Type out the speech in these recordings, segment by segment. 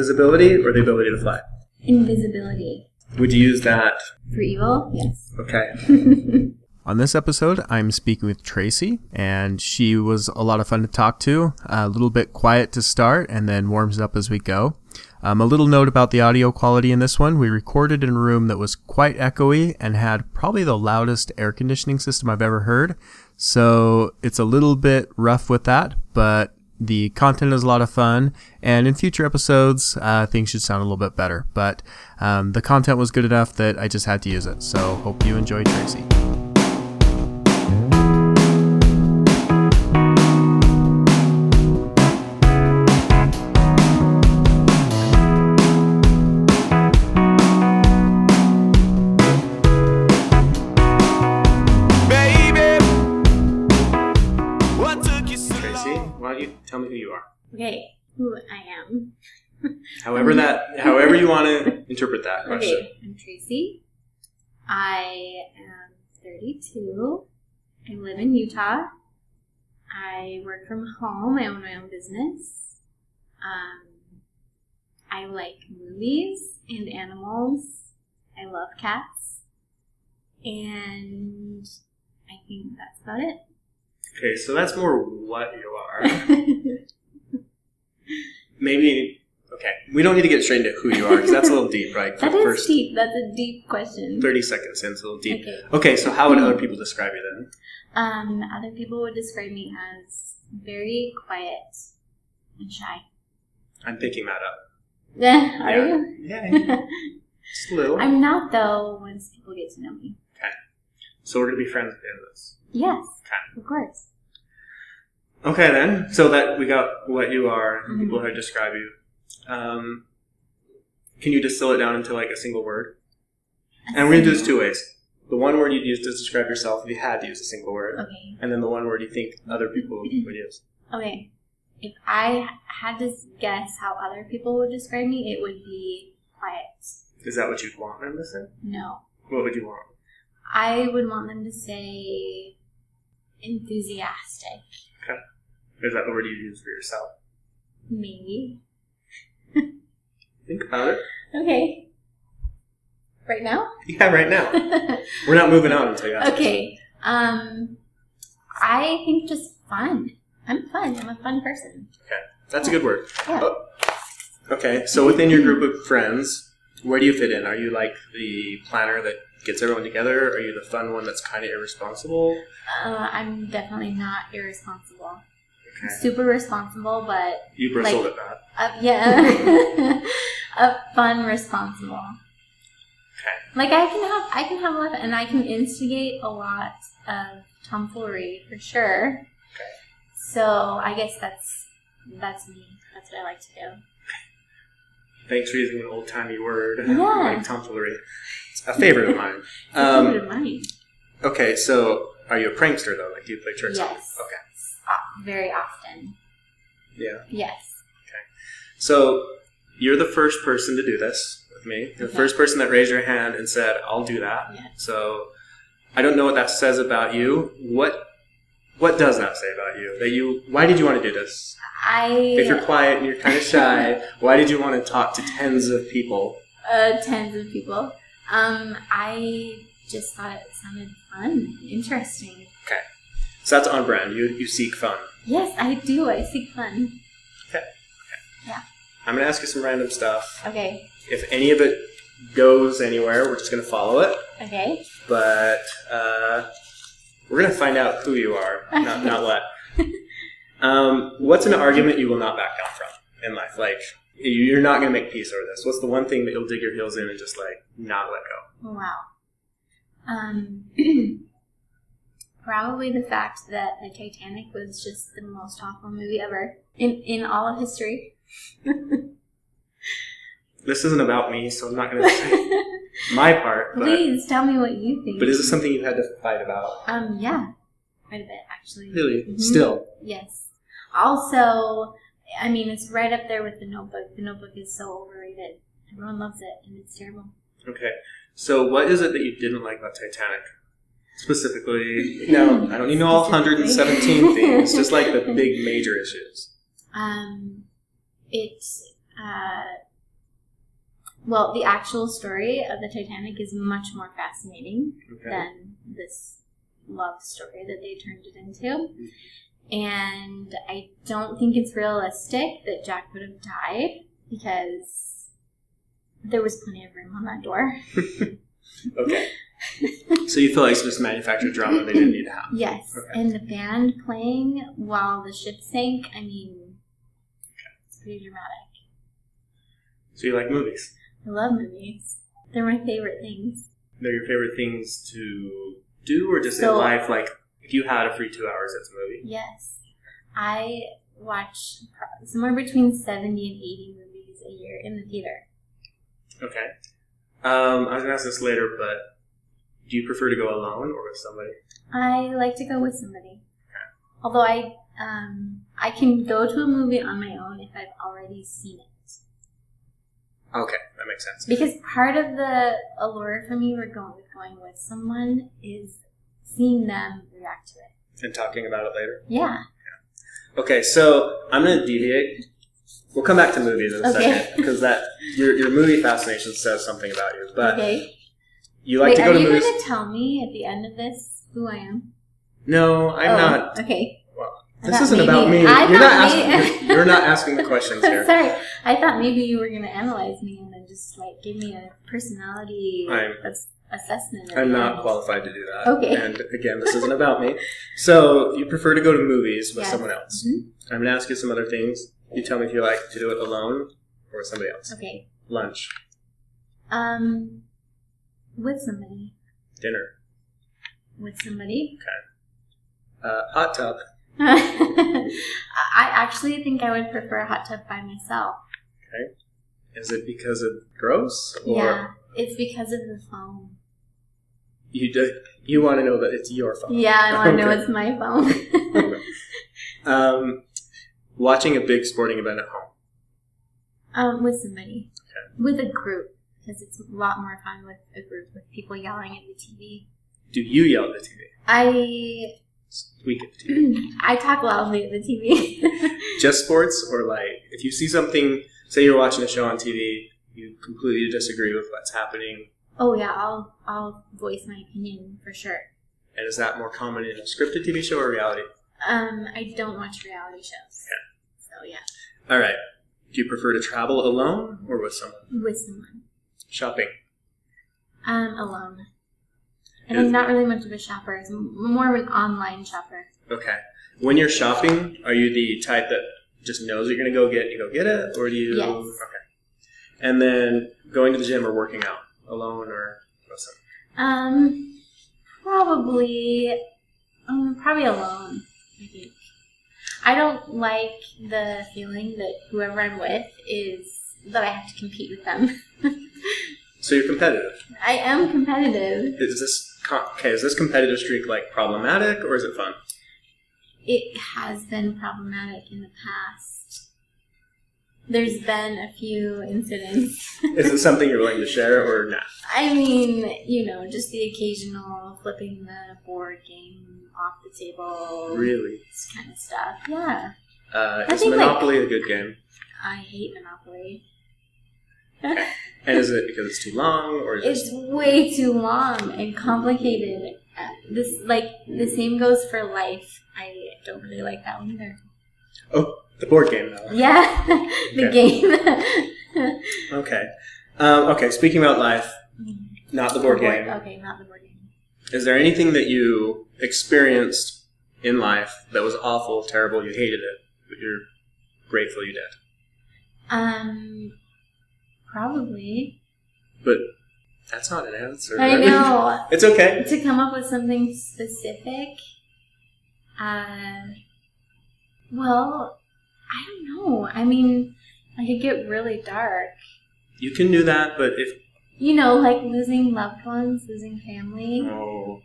Invisibility or the ability to fly? Invisibility. Would you use that? For evil? Yes. Okay. On this episode, I'm speaking with Tracy, and she was a lot of fun to talk to. A little bit quiet to start, and then warms up as we go. Um, a little note about the audio quality in this one. We recorded in a room that was quite echoey and had probably the loudest air conditioning system I've ever heard. So it's a little bit rough with that, but the content is a lot of fun. And in future episodes, uh, things should sound a little bit better. But um, the content was good enough that I just had to use it. So hope you enjoy Tracy. Baby, what took you so Tracy, long? why don't you tell me who you are? Okay. Who I am. However that, however you want to interpret that question. Okay. I'm Tracy. I am 32. I live in Utah. I work from home. I own my own business. Um, I like movies and animals. I love cats. And I think that's about it. Okay, so that's more what you are. Maybe. Okay, we don't need to get straight into who you are because that's a little deep, right? that The is first deep. That's a deep question. Thirty seconds in, it's a little deep. Okay. Mm. Okay, so how would other people describe you then? Um, other people would describe me as very quiet and shy. I'm picking that up. Are yeah. you? Yeah, just a little. I'm not though. Once people get to know me, so we're gonna be friends at the end of this. yes, Okay. of course. Okay, then. So that we got what you are, and Mhm. people who describe you. Um, can you distill it down into like a single word? And we're gonna do this two ways. The one word you'd use to describe yourself if you had to use a single word, Okay. Mm-hmm. and then the one word you think other people would use. Okay. If I had to guess how other people would describe me, it would be quiet. Is that what you'd want them to say? No, What would you want? I would want them to say enthusiastic, Is that the word you'd use for yourself? maybe. Think about it. Okay. Right now. Yeah, right now. We're not moving on until you ask. Okay. Um, I think just fun. I'm fun. I'm a fun person. That's a good word. Yeah. Oh. Okay, so within your group of friends, where do you fit in? Are you like the planner that gets everyone together? Are you the fun one that's kind of irresponsible? Uh, I'm definitely not irresponsible. Okay. Super responsible, but You bristled at that. uh, yeah, a fun responsible. Okay. Like I can have, I can have a lot, and I can instigate a lot of tomfoolery for sure. Okay. So I guess that's that's me. That's what I like to do. Thanks for using an old timey word Yeah. like tomfoolery. It's a favorite of mine. It's a bit Um, of money. okay, so are you a prankster though? Like, do you play tricks? on- Yes. Okay. O- Very often. Yeah. Yes. So you're the first person to do this with me. You're the Okay. first person that raised your hand and said, "I'll do that." Yeah. So I don't know what that says about you. What what does that say about you? That you why did you want to do this? I If you're quiet and you're kind of shy, why did you want to talk to tens of people? uh, tens of people. Um, I just thought it sounded fun, interesting. So that's on brand. You you seek fun. Yes, I do. I seek fun. I'm gonna ask you some random stuff. Okay. If any of it goes anywhere, we're just gonna follow it. Okay. but uh, we're gonna find out who you are, not, not what. Um, what's an argument you will not back down from in life? Like you- you're not gonna make peace over this. What's the one thing that you'll dig your heels in and just like not let go? Wow. Um, probably the fact that the Titanic was just the most awful movie ever in in all of history. This isn't about me, so I'm not gonna say my part. But Please tell me what you think. but is it something you had to fight about? um, yeah, quite a bit actually. Really? Mhm. Still. Yes. Also, I mean, it's right up there with the notebook. The notebook is so overrated. Everyone loves it, and it's terrible. Okay. So what is it that you didn't like about Titanic? Specifically, no, I don't need to know all 117 things, just like the big major issues. Um, it Um, uh, well, the actual story of the Titanic is much more fascinating than this love story that they turned it into. And I don't think it's realistic that Jack would have died because there was plenty of room on that door. Okay. so you feel like it's just manufactured drama they didn't need to have. Yes. Okay. And the band playing while the ship sank, I mean, it's pretty dramatic. So you like movies. I love movies, they're my favorite things. They're your favorite things to do or just in So- life? Like, if you had a free two hours, that's a movie. Yes. I watch pro- somewhere between 70 and 80 movies a year in the theater. Okay. Um, I was gonna ask this later, but do you prefer to go alone or with somebody? I like to go with somebody. Although I um, I can go to a movie on my own if I've already seen it. Okay, that makes sense. Because part of the allure for me we're going with going with someone is seeing them react to it. And talking about it later. Yeah. Okay, so I'm gonna deviate. We'll come back to movies in a Okay. second because that your, your movie fascination says something about you. But okay. you like Wait, to go are to you movies. going to tell me at the end of this who I am? No, I'm Oh, not. Okay. Well, I this thought isn't maybe- about me. I You're not thought may- asking. You're, you're not asking the questions here. Sorry, I thought maybe you were gonna analyze me and then just like give me a personality I'm- ass- assessment. at I'm the not end. qualified to do that. Okay. And again, this isn't about me. So you prefer to go to movies with Yes. someone else. Mhm. I'm gonna ask you some other things. You tell me if you like to do it alone or with somebody else. Okay. Lunch, Um, with somebody, dinner, with somebody. uh, hot tub. I I actually think I would prefer a hot tub by myself. Is it because of gross or yeah, it's because of the foam. you just you want to know that it's your fault? Yeah, I want to know Okay. it's my foam. um, watching a big sporting event at home. um, with somebody, with a group, because it's a lot more fun with a group with people yelling at the TV. Do you yell at the TV? I Squeak at the TV. I talk loudly at the TV. Just sports or like if you see something, say you're watching a show on TV, you completely disagree with what's happening. oh yeah, I'll I'll voice my opinion for sure. And is that more common in a scripted TV show or reality? Um, I don't watch reality shows. So yeah, All right. Do you prefer to travel alone or with someone? with someone, Shopping. um, alone. And I'm Is- not really much of a shopper. I'm more of an online shopper. Okay. When you're shopping, are you the type that just knows you're going to go get it, you go get it, or do you? Yes. Okay. And then going to the gym or working out alone or with someone? Um, probably, um, probably alone. I think. I don't like the feeling that whoever I'm with is that I have to compete with them. So you're competitive. I am competitive. Is this co- okay? Is this competitive streak like problematic or is it fun? it has been problematic in the past. There's been a few incidents. Is it something you're willing to share or not? I mean, you know, just the occasional flipping the board game off the table, Really? this kind of stuff. Yeah, Uh, I is think, like- Monopoly a good game? I hate Monopoly. And is it because it's too long or is It's way too long and complicated. Uh, This, like, the same goes for life. I don't really like that one either. it the board game though? Yeah, the game. Okay. Um, okay. Speaking about life, not the board game. Okay, not the board game. Is there anything that you experienced in life that was awful, terrible, you hated it, but you're grateful you did? Um, probably. But that's not an answer. I know. it's okay. to come up with something specific, uh, well, I don't know. I mean, I could get really dark. You can do that, but if You know, like losing loved ones, losing family. oh,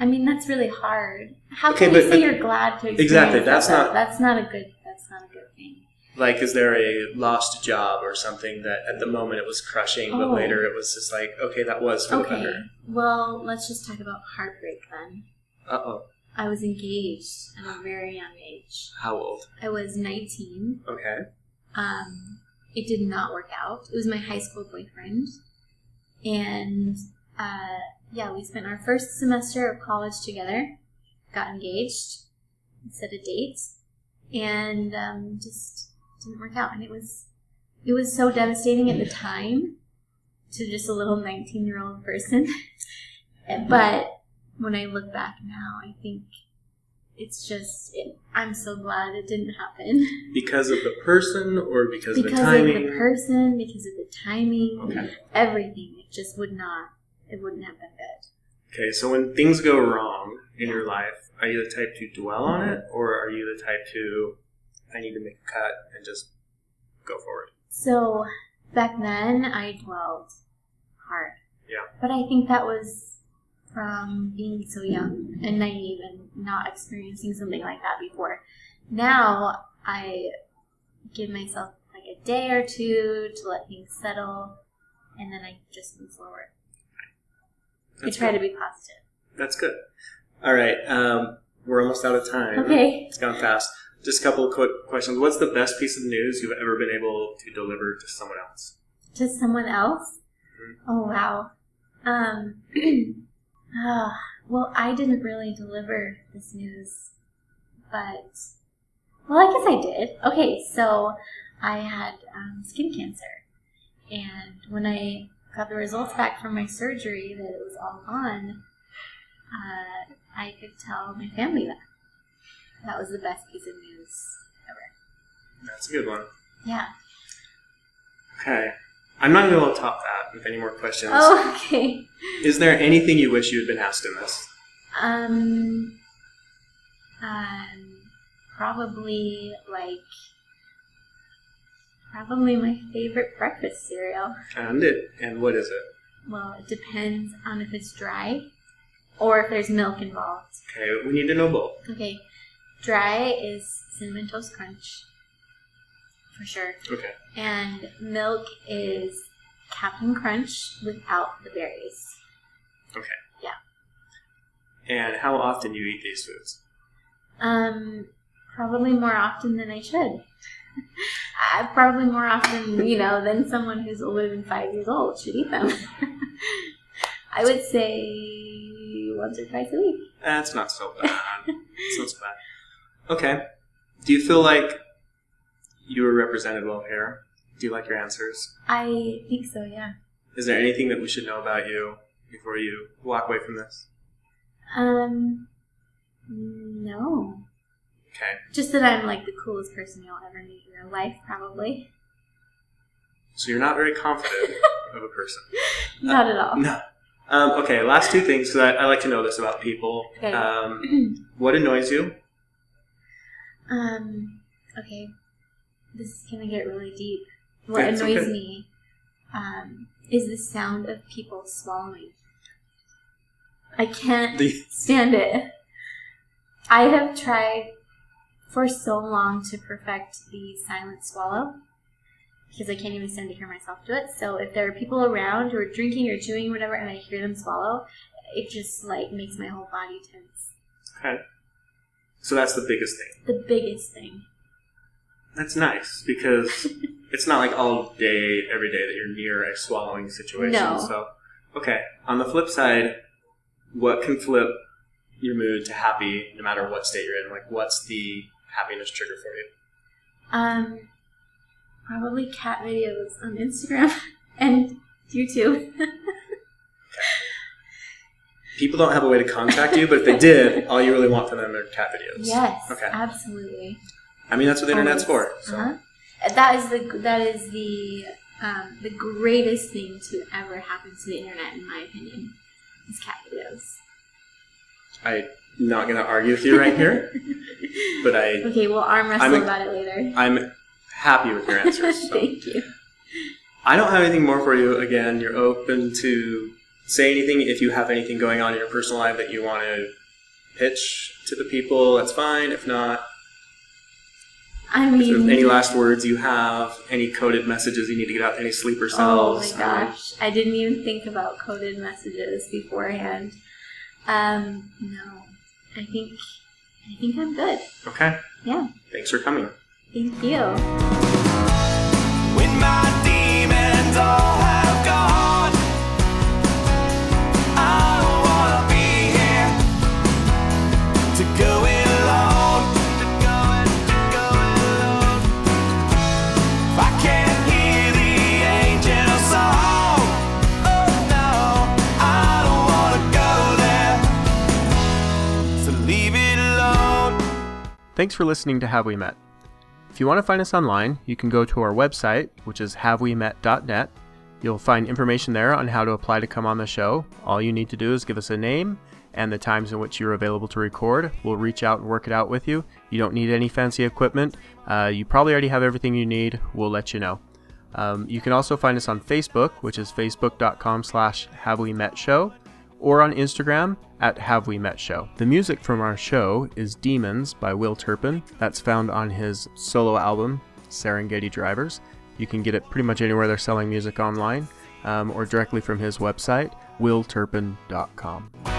I mean, that's really hard. How Okay, can you but- say but- you're glad to experience Exactly, that, that's though? not- That's not a good. That's not a good thing. like, is there a lost job or something that at the moment it was crushing, but Oh. later it was just like, okay, that was for the Okay. better. Well, let's just talk about heartbreak then. Uh oh, I was engaged at a very young age. how old? I was 19. Okay, Um, it did not work out. It was my high school boyfriend. And uh, yeah, we spent our first semester of college together, got engaged, set a date, and um, just didn't work out. And it was it was so devastating at the time to just a little 19 year old person. but when I look back now, I think it's just it, I'm so glad it didn't happen. Because of the person or because, of the because of timing? the person, because of the timing, Okay. everything. It just would not. It wouldn't have been good. Okay, so when things go wrong in your life, are you the type to dwell on it, or are you the type to, I need to make a cut and just go forward? So back then, I dwelled hard. Yeah. But I think that was from being so young and naive and not experiencing something like that before. Now I give myself like a day or two to let things settle, and then I just move forward. That's I try good. to be positive. That's good. All right, um, we're almost out of time. Okay. It's gone fast. Just a couple of quick questions. What's the best piece of news you've ever been able to deliver to someone else? To someone else? Oh wow. Um ah, well I didn't really deliver this news, but well I guess I did. Okay, so I had um, skin cancer and when I got the results back from my surgery that it was all gone, uh, I could tell my family that. That was the best piece of news ever. That's a good one. Yeah. Okay. I'm not going to be able to top that with any more questions. Oh, okay. Is there anything you wish you had been asked in this? Um, um, probably like probably my favorite breakfast cereal. And it, and what is it? Well, it depends on if it's dry or if there's milk involved. Okay, we need to know both. Okay, dry is cinnamon toast crunch for sure, Okay. and milk is Captain Crunch without the berries. And how often do you eat these foods? Um, probably more often than I should. I probably more often, you know, than someone who's older than five years old should eat them. I would say once or twice a week. That's not so bad. it's not so bad. Okay. Do you feel like you were represented well here? Do you like your answers? I think so, yeah. Is there anything that we should know about you before you walk away from this? Um, no. Okay. Just that I'm like the coolest person you'll ever meet in your life, probably. So you're not very confident of a person. Not at all. No. Um, okay, last two things because I, I like to know this about people. Okay. Um, what annoys you? Um, okay. This is gonna get really deep. What Yeah, it's annoys okay. me um, is the sound of people swallowing. I can't The, stand it. I have tried for so long to perfect the silent swallow because I can't even stand to hear myself do it. So if there are people around who are drinking or chewing or whatever and I hear them swallow, it just like makes my whole body tense. okay. So that's the biggest thing. The biggest thing. That's nice because it's not like all day, every day that you're near a swallowing situation. No. So, okay. On the flip side, what can flip your mood to happy no matter what state you're in? Like, what's the happiness trigger for you? Um, probably cat videos on Instagram and YouTube. People don't have a way to contact you, but if they did, all you really want from them are cat videos. yes, Okay. absolutely. I mean, that's what the internet's Always. for. So. Uh-huh. That is the that is the um, the greatest thing to ever happen to the internet, in my opinion, is cat videos. I'm not going to argue with you right here, but I, Okay, we'll arm wrestle I'm a- about it later. I'm happy with your answers. So. Thank you. I don't have anything more for you. Again, you're open to say anything. If you have anything going on in your personal life that you want to pitch to the people, that's fine. If not, I if there's mean, any last words you have, any coded messages you need to get out, any sleeper Oh cells. my um, gosh. I didn't even think about coded messages beforehand. Um, no. I think I think I'm good. okay. Yeah. Thanks for coming. Thank you. When my oh Thanks for listening to Have We Met. If you want to find us online, you can go to our website, which is havewemet.net. You'll find information there on how to apply to come on the show. All you need to do is give us a name and the times in which you're available to record. We'll reach out and work it out with you. You don't need any fancy equipment. Uh, you probably already have everything you need. We'll let you know. Um, you can also find us on Facebook, which is facebook.com slash have we met show, or on Instagram at have we met show. The music from our show is Demons by Will Turpin. That's found on his solo album, Serengeti Drivers. You can get it pretty much anywhere they're selling music online um, or directly from his website, willturpin.com.